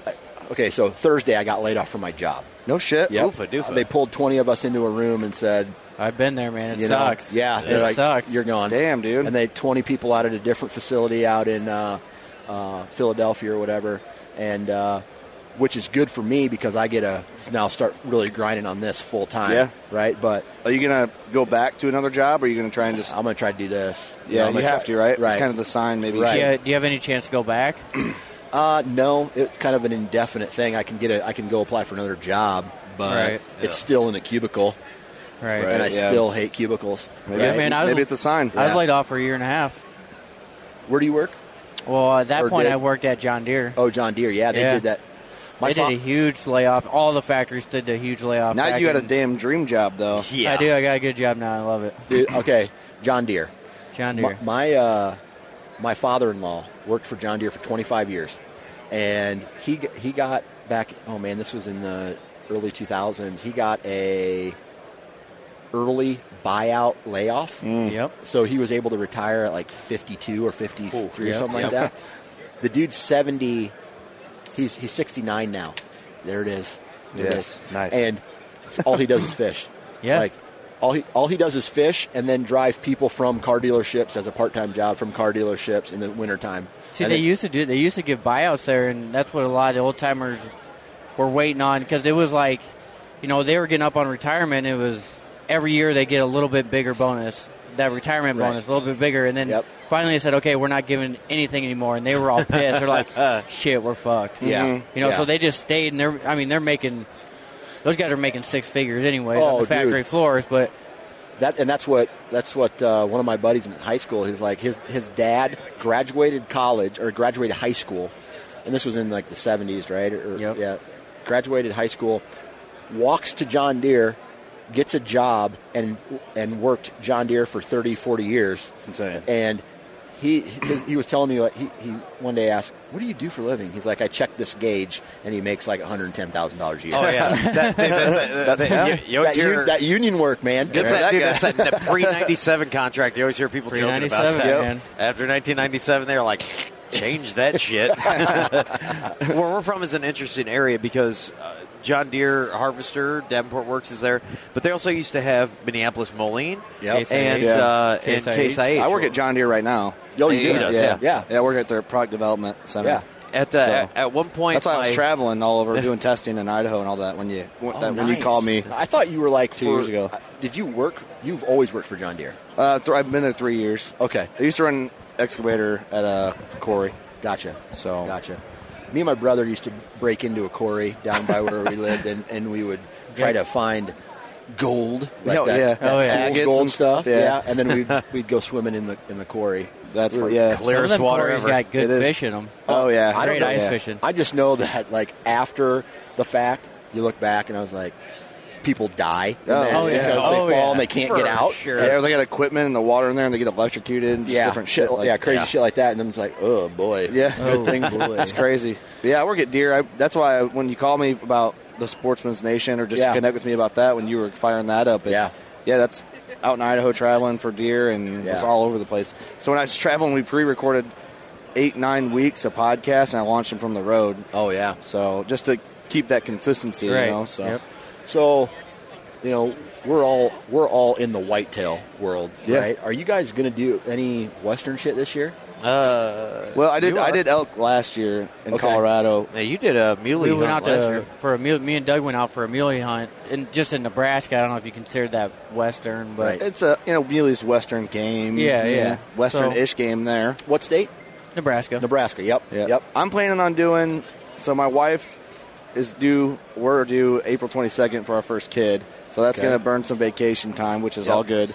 A: I- okay. So Thursday, I got laid off from my job.
B: No shit.
A: Yep.
C: Oofa doofa.
A: They pulled twenty of us into a room and said,
D: I've been there, man. It
A: you know,
D: sucks.
A: yeah,
D: it
A: they're like,
D: sucks.
A: You're gone,
B: Damn, dude.
A: And they twenty people out at a different facility out in uh, uh, Philadelphia or whatever, and uh, which is good for me because I get to now start really grinding on this full time.
B: Yeah.
A: Right. But
B: Are you gonna go back to another job, or are you gonna try and just?
A: I'm gonna try to do this.
B: yeah,
A: I'm
B: you
A: gonna
B: have
A: try-
B: to, right?
A: Right.
B: It's kind of the sign, maybe.
A: Right.
D: Do you, do you have any chance to go back?
A: Uh, no, it's kind of an indefinite thing. I can get a, I can go apply for another job, but
D: Right.
A: it's still in a cubicle,
D: Right.
A: and I
B: yeah.
A: still hate cubicles.
B: Maybe,
D: Yeah, man, I was-
B: maybe it's a sign.
D: I was
A: Yeah.
D: laid off for a year and a half.
A: Where do you work?
D: Well, at that
A: Or
D: point,
A: did.
D: I worked at John Deere.
A: Oh, John Deere. Yeah, they
D: Yeah.
A: did that.
D: they
A: fa-
D: did a huge layoff. All the factories did a huge layoff.
B: Now
D: back
B: you got a
D: in-
B: damn dream job, though.
C: Yeah.
D: I do. I got a good job now. I love it.
A: dude, okay, John Deere.
D: John
A: My
D: Deere.
A: my, uh, my father-in-law worked for John Deere for 25 years, and he g- he got back. Oh man, this was in the early 2000s. He got a early buyout layoff.
D: Yep.
A: So he was able to retire at like 52 or 53
D: yeah.
A: or something like that. The dude's 70. He's he's 69 now. There it is. There it
B: Yes,
A: is.
B: nice.
A: And all he does is fish.
D: Yeah.
A: Like all he all he does is fish and then drive people from car dealerships as a part-time job from car dealerships in the wintertime.
D: See,
A: And
D: they
A: it-
D: used to do. They used to give buyouts there, and that's what a lot of the old timers were waiting on because it was like, you know, they were getting up on retirement. It was every year they get a little bit bigger bonus, that retirement
A: Right.
D: bonus, a little bit bigger, and then
A: Yep.
D: finally they said, okay, we're not giving anything anymore, and they were all pissed. They're like, shit, we're fucked.
A: Yeah. Mhm.
D: you know,
A: Yeah.
D: so they just stayed, and they're. I mean, they're making. Those guys are making six figures anyways
A: Oh,
D: on the
A: dude.
D: factory floors, but
A: That and that's what that's what uh, one of my buddies in high school. He's like his his dad graduated college or graduated high school, and this was in like the seventies, right? Or,
D: Yep.
A: Yeah, graduated high school, walks to John Deere, gets a job, and and worked John Deere for 30, 40 years.
B: That's insane.
A: And he his, he was telling me like he, he one day asked, "What do you do for a living?" He's like, "I check this gauge," and he makes like one hundred ten thousand dollars a year.
C: Oh yeah, that, that, that, that, that, you always
A: That,
C: hear
A: un- that union work, man.
C: that's that,
B: that
C: dude,
B: guy.
C: that's that, that pre ninety seven contract. You always hear people joking about
D: 397,
C: that.
D: man.
C: After nineteen ninety seven, they're like, change that shit. Where we're from is an interesting area because uh, John Deere Harvester Davenport Works is there, but they also used to have Minneapolis Moline
A: Yep.
C: and
B: Yeah.
C: uh, and
D: Case
C: Case
D: IH.
C: IH.
B: I work at John Deere right now.
A: Oh, you
C: He
A: do?
C: does,
B: yeah.
A: yeah.
B: I work at their product development center.
A: Yeah.
C: At, uh,
B: So-
C: at, at one point,
B: That's why I was
C: my-
B: traveling all over doing testing in Idaho and all that when you when,
A: Oh,
B: that, when you
A: nice.
B: called me.
A: I thought you were like
B: Two
A: for-
B: years ago.
A: Did you work? You've always worked for John Deere.
B: Uh, th- I've been there three years.
A: Okay,
B: I used to run excavator at a quarry.
A: gotcha.
B: So-
A: gotcha. Me and my brother used to break into a quarry down by where we lived, and, and we would try to find gold, like
B: Oh,
A: that,
B: yeah.
A: that
D: Oh, yeah.
A: fool's
B: Agates
A: gold
B: and
A: stuff.
B: stuff, yeah.
A: and then we'd, we'd go swimming in the in the quarry.
B: That's
A: We were-
B: yeah.
C: clear. Clearest
D: some of them
C: water
D: quarries
C: ever.
D: got good
B: It is.
D: fish in them.
B: Oh yeah,
A: I don't
D: Great
A: know.
D: ice
A: Yeah.
D: fishing.
A: I just know that like after the fact, you look back, and I was like, people die. in
B: Oh,
A: that
B: oh, yeah.
A: because they
D: Oh,
A: fall
D: yeah.
A: and they can't
C: For
A: get out.
C: sure.
B: Yeah, they got equipment and the water in there, and they get electrocuted. And just
A: yeah,
B: different shit. like-
A: yeah, crazy
C: yeah.
A: shit like that, and then it's like, oh boy,
B: Yeah. Oh,
A: good thing, boy,
B: It's crazy. But yeah, I work at Deere. I, that's why I, when you call me about the Sportsman's Nation or just
A: Yeah.
B: connect with me about that when you were firing that up. it-
A: Yeah.
B: Yeah, that's out in Idaho traveling for deer and
A: Yeah.
B: it's all over the place. So when I was traveling, we pre recorded eight, nine weeks of podcasts and I launched them from the road.
A: Oh yeah.
B: So just to keep that consistency,
D: Right.
B: you know. So
D: Yep.
A: So, you know, we're all we're all in the whitetail world,
B: Yeah.
A: right? Are you guys gonna do any western shit this year?
C: Uh,
B: well, I did.
C: You
B: I
C: are.
B: did elk last year in
A: Okay.
B: Colorado.
C: yeah, you did a muley
D: we went out
C: hunt last year.
D: to for a mule, me and Doug went out for a muley hunt and just in Nebraska. I don't know if you considered that western, but
A: Right.
B: It's a you know Muley's Western game.
D: Yeah, yeah.
B: Western-ish game there.
A: What state?
D: Nebraska.
A: Nebraska. Yep.
B: Yeah.
A: Yep.
B: I'm planning on doing. So my wife is due. We're due April 22nd for our first kid. So that's
A: Okay.
B: going to burn some vacation time, which is
A: Yep.
B: all good.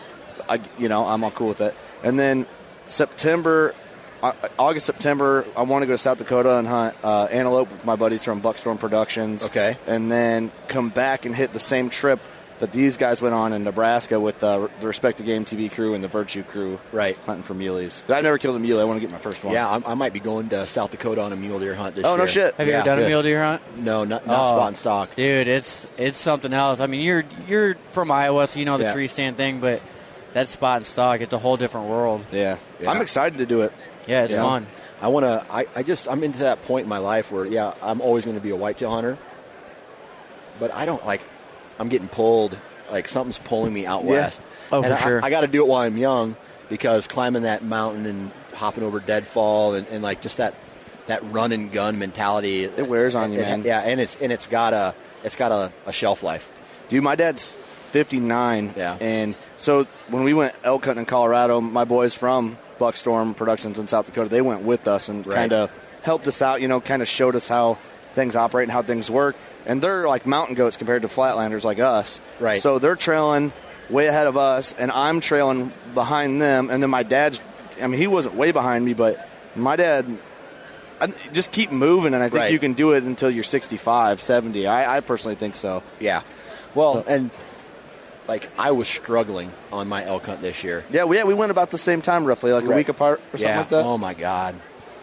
B: I, you know, I'm all cool with that. And then September, Au- August, September, I want to go to South Dakota and hunt uh, antelope with my buddies from Buckstorm Productions.
A: Okay.
B: And then come back and hit the same trip that these guys went on in Nebraska with uh, the Respect the Game TV crew and the Virtue crew.
A: Right.
B: Hunting for muleys. But I've never killed a mule. I want to get my first one.
A: Yeah, I'm, I might be going to South Dakota on a mule deer hunt this
B: Oh,
A: year.
B: no shit.
D: Have you
A: Yeah,
D: ever done
A: good.
D: a mule deer hunt?
A: No, not, not
D: Oh,
A: spot and stock.
D: dude. It's it's something else. I mean, you're you're from Iowa, so you know the
A: Yeah.
D: tree stand thing, but that spot and stock, it's a whole different world.
B: Yeah.
A: Yeah.
B: I'm excited to do it.
D: Yeah, it's
A: Yeah.
D: fun.
A: Um, I want to. I, I just I'm into that point in my life where yeah, I'm always going to be a whitetail hunter. But I don't like. I'm getting pulled. Like something's pulling me out
B: Yeah.
A: west.
D: Oh,
A: And
D: for
A: I-
D: sure.
A: I, got to do it while I'm young because climbing that mountain and hopping over deadfall and, and like just that that run and gun mentality. It
B: wears on you, man.
A: Yeah, and it's and it's got a it's got a, a shelf life.
B: Dude, my dad's 59.
A: Yeah.
B: And so when we went elk hunting in Colorado, my boys from Buckstorm Productions in South Dakota, they went with us and
A: Right.
B: kind of helped us out, you know, kind of showed us how things operate and how things work. And they're like mountain goats compared to flatlanders like us.
A: Right.
B: So they're trailing way ahead of us, and I'm trailing behind them. And then my dad's, I mean, he wasn't way behind me, but my dad, I, just keep moving, and I think
A: Right.
B: you can do it until you're 65, 70. I, I personally think so.
A: Yeah. Well, and like I was struggling on my elk hunt this year.
B: Yeah, we, yeah, we went about the same time, roughly, like
A: Right.
B: a week apart or something
A: yeah.
B: like that.
A: Oh my god,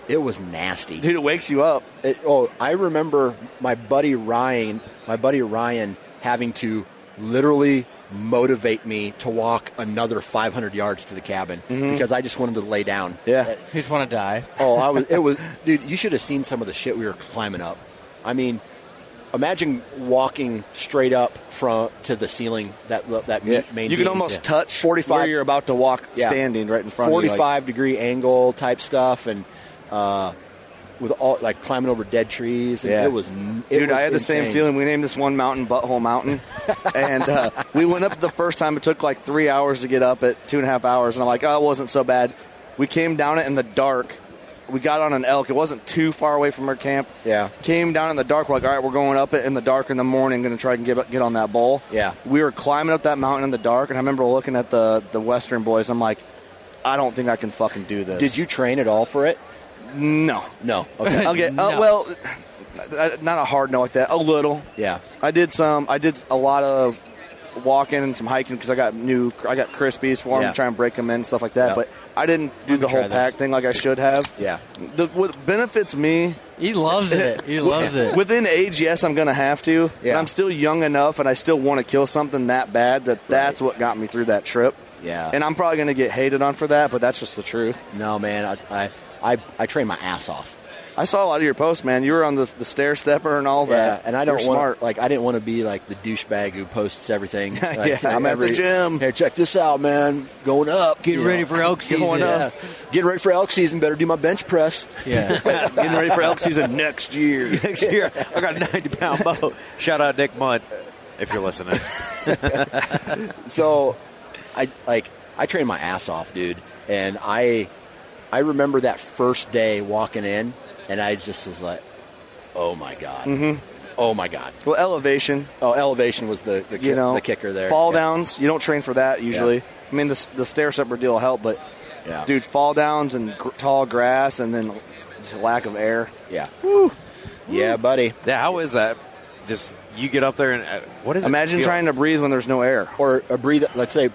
A: it was nasty.
B: Dude, it wakes you up.
A: It, oh, I remember my buddy Ryan, my buddy Ryan having to literally motivate me to walk another 500 yards to the cabin because I just wanted to lay down.
B: Mm-hmm. Yeah.
D: You just want to die.
A: Oh, I was. It was, dude. You should have seen some of the shit we were climbing up. I mean, imagine walking straight up from to the ceiling. That that
B: Yeah.
A: main.
B: you can
A: beam.
B: almost
A: Yeah.
B: touch
A: 45
B: where you're about to walk
A: Yeah.
B: standing right in front of you.
A: 45
B: like-
A: degree angle type stuff and uh, with all like climbing over dead trees and
B: Yeah.
A: it was n- it
B: Dude,
A: was
B: I had the
A: insane.
B: same feeling. We named this one mountain Butthole Mountain. and uh, we went up the first time. It took like three hours to get up at two and a half hours. And I'm like, oh, it wasn't so bad. We came down it in the dark. We got on an elk. It wasn't too far away from our camp.
A: Yeah.
B: Came down in the dark. We're like, all right, we're going up it in the dark in the morning. Going to try and get, up- get on that bowl.
A: Yeah.
B: We were climbing up that mountain in the dark. And I remember looking at the, the Western boys. I'm like, I don't think I can fucking do this.
A: did you train at all for it
B: No.
A: no okay
B: Okay.
D: No.
B: Uh, well, uh, not a hard no like that. A little.
A: yeah
B: I did some. I did a lot of walking and some hiking because I got new. I got crispies for them,
A: Yeah.
B: try and break them in stuff like that.
A: Yeah.
B: But I didn't do the
D: try
B: whole pack
D: this.
B: thing like I should have.
A: yeah
B: The, what benefits me
D: He loves it. He loves it.
B: within age? Yes, I'm going to have to.
A: Yeah.
B: But I'm still young enough, and I still want to kill something that bad that that's what got me through that trip.
A: Yeah.
B: and I'm probably going to get hated on for that, but that's just the truth.
A: no man I, I i i train my ass off
B: I saw a lot of your posts, man. You were on the, the stair stepper and all
A: yeah
B: that,
A: Uh, and i don't
B: You're
A: want
B: smart.
A: like i didn't want to be like the douchebag who posts everything like,
B: Yeah, I'm at the gym.
A: here check this out man going up
D: Getting
A: you
D: ready for elk
A: Going
D: season.
A: up. getting ready for elk season better do my bench press
D: Yeah.
B: getting ready for elk season next year.
C: Next year, I got a 90 pound bow. Shout out Nick Mudd if you're listening.
A: so I like I trained my ass off, dude, and I I remember that first day walking in, and I just was like, "Oh my god,
B: Mm-hmm.
A: oh my god."
B: Well, elevation,
A: Oh, elevation was the the,
B: you
A: ki-
B: know,
A: the kicker there.
B: Fall
A: Yeah.
B: downs, you don't train for that usually. I mean, the, the stair stepper deal will help, but
A: Yeah.
B: dude, fall downs and gr- tall grass, and then t- lack of air.
A: Yeah, yeah, buddy.
C: yeah, how is that? Just you get up there and uh, what is
B: Imagine trying to breathe when there's no air.
A: Or a breathe. Let's say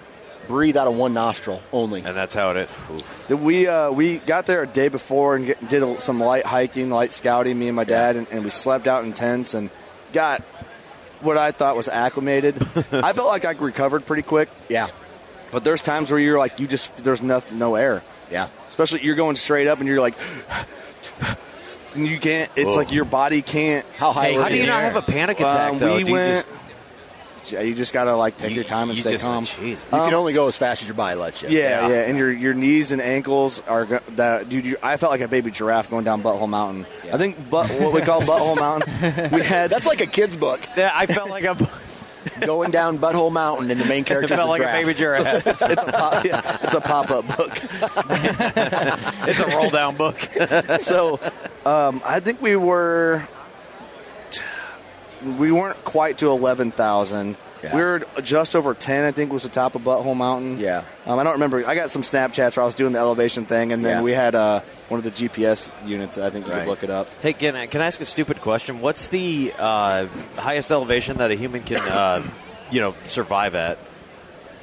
A: breathe out of one nostril only.
C: And that's how it is. Oof.
B: The- We uh, we got there a day before and get, did a, some light hiking, light scouting. Me and my dad, and, and we slept out in tents and got what I thought was acclimated. I felt like I recovered pretty quick,
A: Yeah,
B: but there's times where you're like, you just there's nothing, no air.
A: yeah.
B: especially you're going straight up and you're like and you can't it's
C: Whoa.
B: like your body can't
A: How high?
D: Hey,
A: were
C: How do you
A: you?
C: not have a panic attack,
B: Um,
C: though?
B: we
C: Do you
B: went
C: just-
B: yeah, you just gotta like take
C: you-
B: your time and
C: you
B: stay
C: just-
B: calm
C: Jeez.
A: You can only go as fast as your body lets you.
B: yeah,
C: Yeah.
B: Um, yeah and your your knees and ankles are go- that dude you, i felt like a baby giraffe going down butthole mountain i think but what we call butthole mountain we had
A: That's like a kid's book.
C: Yeah, I felt like a,
A: Going down Butthole Mountain and the main
C: I
A: character.
C: felt like a
A: giraffe.
C: baby giraffe.
B: it's a pop, yeah, it's a pop-up book
C: it's a roll down book.
B: so um, I think we were we weren't quite to eleven thousand.
A: Yeah.
B: We were just over ten. I think was the top of Butthole Mountain.
A: Yeah.
B: um, I don't remember. I got some Snapchats where I was doing the elevation thing, and then
A: Yeah.
B: we had uh, one of the GPS units. I think you
A: Right.
B: could look it up.
C: Hey, can I, can I ask a stupid question? What's the uh, highest elevation that a human can, uh, you know, survive at?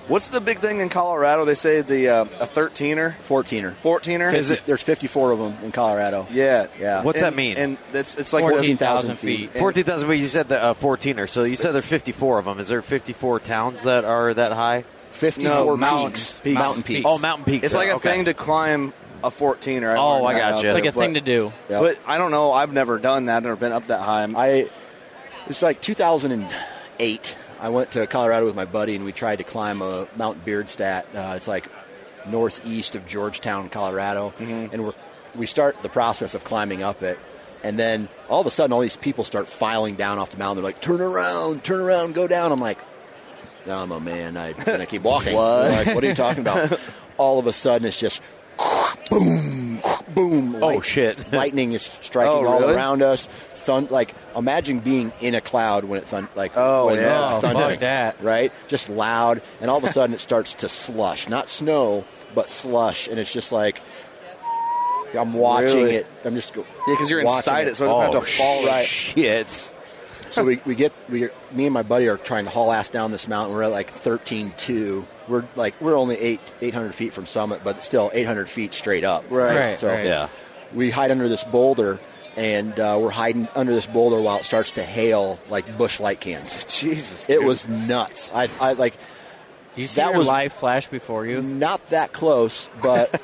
B: What's the big thing in Colorado? They say the uh, a thirteener,
A: 14er.
B: fourteener.
C: Is it-
A: There's 54 of them in Colorado.
B: Yeah,
A: Yeah.
C: What's
B: And-
C: that mean?
B: And it's it's like
D: 14,000 feet.
B: And-
C: 14,000, but you said the uh, 14er, so you said there are 54 of them. Is there 54 towns that are that high?
A: 54
B: No,
A: peaks.
B: mountains. Peaks.
A: Mountain peaks.
C: Oh, mountain peaks.
B: It's like a
C: okay.
B: thing to climb a fourteener. I
C: Oh,
B: learned
C: I
B: that
C: gotcha.
B: out
C: It's
D: like
B: there,
D: a thing
B: but-
D: to do.
A: Yeah.
B: But I don't know. I've never done that. I've never been up that high. I'm-
A: I, it's like 2008. I went to Colorado with my buddy and we tried to climb a
C: Mm-hmm.
A: Mount Beardstadt. Uh, it's like northeast of Georgetown, Colorado. And we're, we start the process of climbing up it, and then all of a sudden, all these people start filing down off the mountain. They're like, "Turn around, turn around, go down." I'm like, "I'm a man," I, and I keep walking.
B: What?
A: They're Like, what are you talking about? all of a sudden, it's just boom, boom.
C: Oh, shit.
A: lightning is striking
B: Oh,
A: all
B: really?
A: around us. Thun- like imagine being in a cloud when it thun- like
B: Oh,
A: when
B: yeah.
A: it's
D: Oh, fuck
A: thundering,
D: that.
A: right? Just loud, and all of a sudden it starts to slush, not snow, but slush, and it's just like I'm watching
B: Really?
A: it. I'm just go-
B: Yeah, because you're
A: watching Oh,
B: inside it, so it doesn't have to fall right.
C: Oh, Shit.
A: so we, we get we me and my buddy are trying to haul ass down this mountain. We're at like thirteen two. We're like we're only eight eight hundred feet from summit, but still eight hundred feet straight up.
B: Right.
D: Right,
A: So
D: right.
C: Yeah.
A: we hide under this boulder, and uh, we're hiding under this boulder while it starts to hail like bush light cans.
B: Jesus,
A: It
B: dude.
A: was nuts. I, I like
D: You see
A: That
D: your
A: was- Mm.
D: life flash before you.
A: not that close, but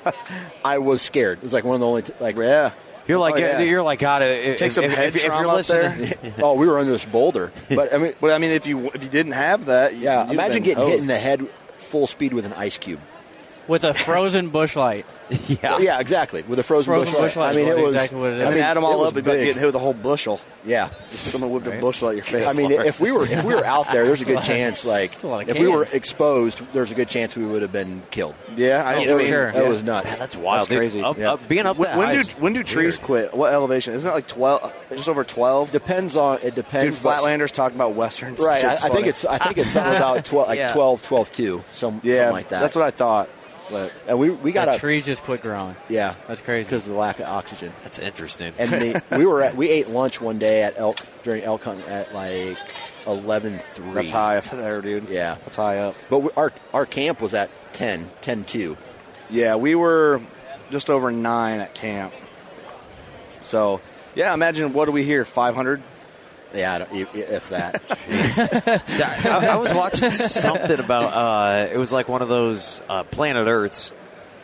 A: I was scared. It was like one of the only t- like
B: yeah.
C: You're like uh,
B: Oh, yeah.
C: you're like God. If,
B: Take some
C: if,
B: head
C: if, if
B: trauma
C: you're
B: up
C: listening,
B: there.
A: oh we were under this boulder, but I mean
B: But I mean, if you if you didn't have that, you-
A: yeah.
B: you'd
A: Imagine
B: been
A: getting hit in
B: hosed.
A: the head full speed with an ice cube.
D: With a frozen bush light.
C: yeah.
A: Yeah, exactly. With a frozen,
D: Frozen
A: bushlight.
D: bush light
A: I
D: is
A: mean,
D: what-
A: it was
D: exactly what it is.
A: I
B: And
A: mean,
B: then add them
A: it
B: all
A: was
B: up, it'd be like
A: big.
B: getting hit with a whole bushel.
A: Yeah.
B: Just someone whipped a bushel at your face.
A: I mean,
B: Lauren.
A: if we were if we were out there, there's a good chance. Like,
D: a lot of
A: if we were
D: cans.
A: exposed, there's a good chance we would have been killed.
B: yeah, I
A: It
B: I
A: was,
B: mean,
D: sure.
A: That
B: yeah.
A: was nuts.
C: Man, that's wild.
B: That's
C: dude.
B: crazy.
C: Up,
A: Yeah.
C: up- being up that
B: When, when
C: high
B: do
C: is
B: when do trees
C: weird.
B: quit? What elevation? Isn't it like twelve? Just over twelve.
A: depends on it
B: Dude,
A: depends. what-
B: Flatlanders talking about westerns.
A: Right. I,
B: Shit's
A: I think
B: funny.
A: it's I think it's something about 12, like
C: Yeah.
A: twelve, twelve two, 12, 12, 2, some,
B: yeah,
A: something like that.
B: That's what I thought.
A: But, and we we got
D: The
A: a
D: trees just quit growing.
A: yeah.
D: That's crazy.
A: because of the lack of oxygen.
C: That's interesting.
A: And the, we were at, we ate lunch one day at elk during elk hunting at like eleven three.
B: That's high up there, dude.
A: Yeah.
B: that's high up.
A: But we, our our camp was at 10, 10 2.
B: Yeah, we were just over nine at camp. So, yeah, imagine what do we hear? Five hundred.
A: Yeah, I don't, if- if that.
C: I, I was watching something about uh, it was like one of those uh, Planet Earths,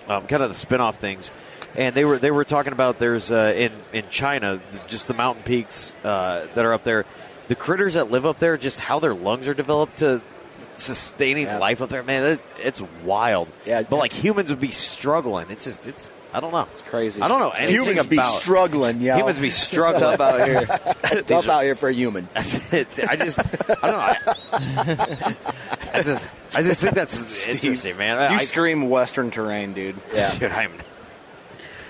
C: um, kind of the spin-off things, and they were they were talking about there's uh, in in China th- just the mountain peaks uh, that are up there, the critters that live up there, just how their lungs are developed to sustaining
A: Yeah.
C: life up there. Man, it, it's wild.
A: Yeah.
C: but like humans would be struggling. It's just it's I don't know. It's
B: crazy.
C: I don't know anything
A: Humans be
C: about-
A: struggling, yeah.
C: Humans be struggling
B: Tough out here.
A: Tough out here for a human.
C: That's it. I just, I don't know. I, I just, I just think that's interesting, man. I,
B: You scream Western terrain, dude.
A: Yeah.
C: Dude, I'm,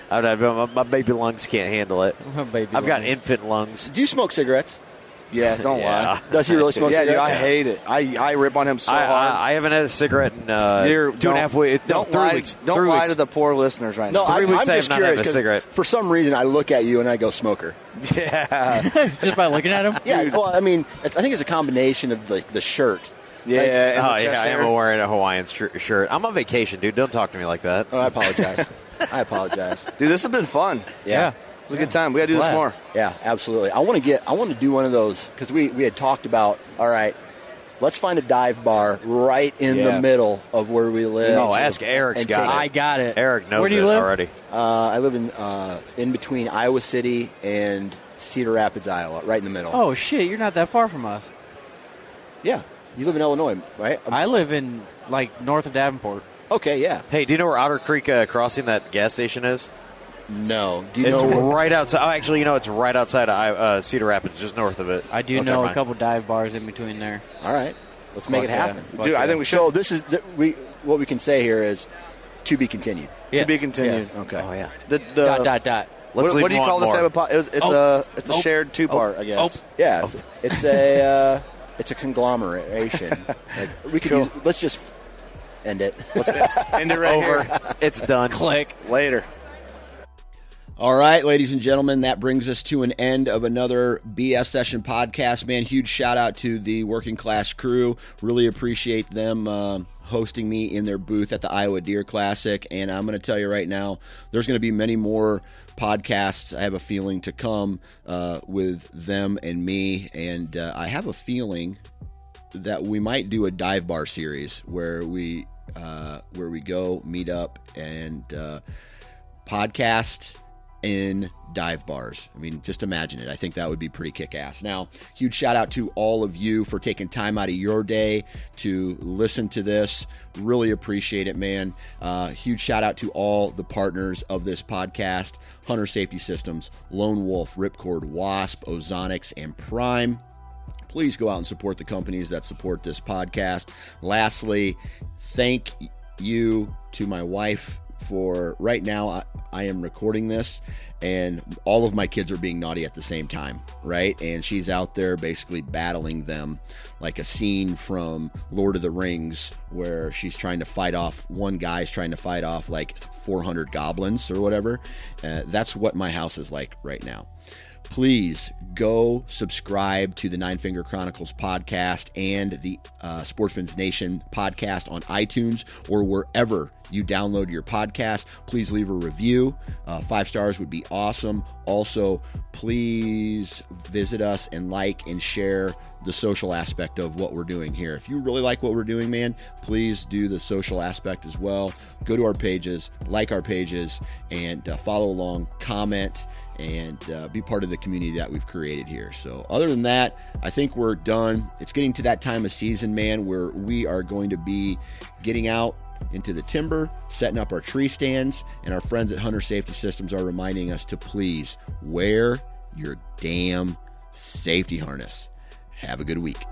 C: I don't know, my, my baby lungs can't handle it.
D: My baby
C: I've got
D: lungs.
C: infant lungs.
A: Do you smoke cigarettes?
B: Yeah, don't
C: Yeah.
B: lie.
A: Does he really smoke
B: Yeah, dude,
A: cigarettes?
B: I hate it. I, I rip on him so
C: I,
B: hard.
C: I, I haven't had a cigarette in uh,
B: You're-
C: two and a half weeks. No,
B: Don't
C: three
B: lie,
C: weeks.
B: don't
C: three
B: lie
C: weeks.
B: to the poor listeners right
A: No,
B: now.
A: I,
C: Three weeks
A: I'm
C: I
A: just
C: have not
A: curious
C: had a
A: 'cause
C: cigarette.
A: for some reason I look at you and I go smoker.
B: yeah,
D: Just by looking at them?
A: Yeah, well, I mean, it's, I think it's a combination of like the shirt.
B: yeah. and the
C: oh yeah,
B: chest
C: I am
B: hair.
C: wearing a Hawaiian str- shirt. I'm on vacation, dude. Don't talk to me like that.
A: Oh, I apologize. I apologize.
B: Dude, this has been fun.
A: Yeah.
B: It was a good time. We got to do
D: Blast.
B: this more.
A: Yeah, absolutely. I want to get. I want to do one of those because we we had talked about. All right, let's find a dive bar right in
B: Yeah.
A: the middle of where we live.
C: Oh, ask Eric's
A: And
C: got
A: take-
C: it.
D: I got it.
C: Eric knows
D: Where do you
C: it
D: live?
C: already.
A: Uh, I live in uh, in between Iowa City and Cedar Rapids, Iowa, right in the middle.
D: Oh, shit. You're not that far from us.
A: yeah. You live in Illinois, right? I'm-
D: I live in, like, north of Davenport.
A: okay, yeah.
C: Hey, do you know where Otter Creek uh, Crossing that gas station is?
A: No, do you
C: It's
A: know? where-
C: right outside. Oh, actually, you know, it's right outside of I- uh, Cedar Rapids, just north of it.
D: I do
C: Okay,
D: know a
C: fine.
D: couple dive bars in between there.
A: all right, let's make it
D: Fuck yeah.
A: happen.
D: Fuck
B: Dude, I
D: yeah.
B: think we should.
A: So this is the, we. What we can say here is to be continued.
D: Yes.
B: To be continued.
D: Yes.
A: Okay.
C: Oh yeah.
B: The, the,
D: Dot, dot, dot.
C: Let's
B: what,
C: leave
B: what do you
C: one
B: call this
C: more.
B: type of pod? It was, it's
D: Oh.
B: a it's a
D: Oh.
B: shared two part, I guess.
A: Yeah, it's, it's a uh, it's a conglomeration. like we could use, let's just end it.
B: End it right
C: Over.
B: here.
C: It's done.
D: Click.
C: Oh.
B: Later.
E: All right, ladies and gentlemen, that brings us to an end of another BS Session podcast. Man, huge shout out to the working class crew. Really appreciate them um hosting me in their booth at the Iowa Deer Classic. And I'm going to tell you right now, there's going to be many more podcasts, I have a feeling, to come uh, with them and me. And uh, I have a feeling that we might do a dive bar series where we uh, where we go meet up and uh, podcast
A: in dive bars. I mean, just imagine it. I think that would be pretty kick ass. Now, huge shout out to all of you for taking time out of your day to listen to this. Really appreciate it, man. Uh, huge shout out to all the partners of this podcast Hunter Safety Systems, Lone Wolf, Ripcord, Wasp, Ozonics, and Prime please go out and support the companies that support this podcast. Lastly, thank you to my wife for right now. I, I am recording this, and all of my kids are being naughty at the same time, right? And she's out there basically battling them like a scene from Lord of the Rings where she's trying to fight off one guy's trying to fight off like 400 goblins or whatever. Uh, that's what my house is like right now please go subscribe to the Nine Finger Chronicles podcast and the uh, Sportsman's Nation podcast on iTunes or wherever you download your podcast. Please leave a review. Uh, five stars would be awesome. Also, please visit us and like and share the social aspect of what we're doing here. If you really like what we're doing, man, please do the social aspect as well. Go to our pages, like our pages, and uh, follow along, comment and uh, be part of the community that we've created here. So, other than that, I think we're done. It's getting to that time of season, man, where we are going to be getting out into the timber, setting up our tree stands, and our friends at Hunter Safety Systems are reminding us to please wear your damn safety harness. Have a good week.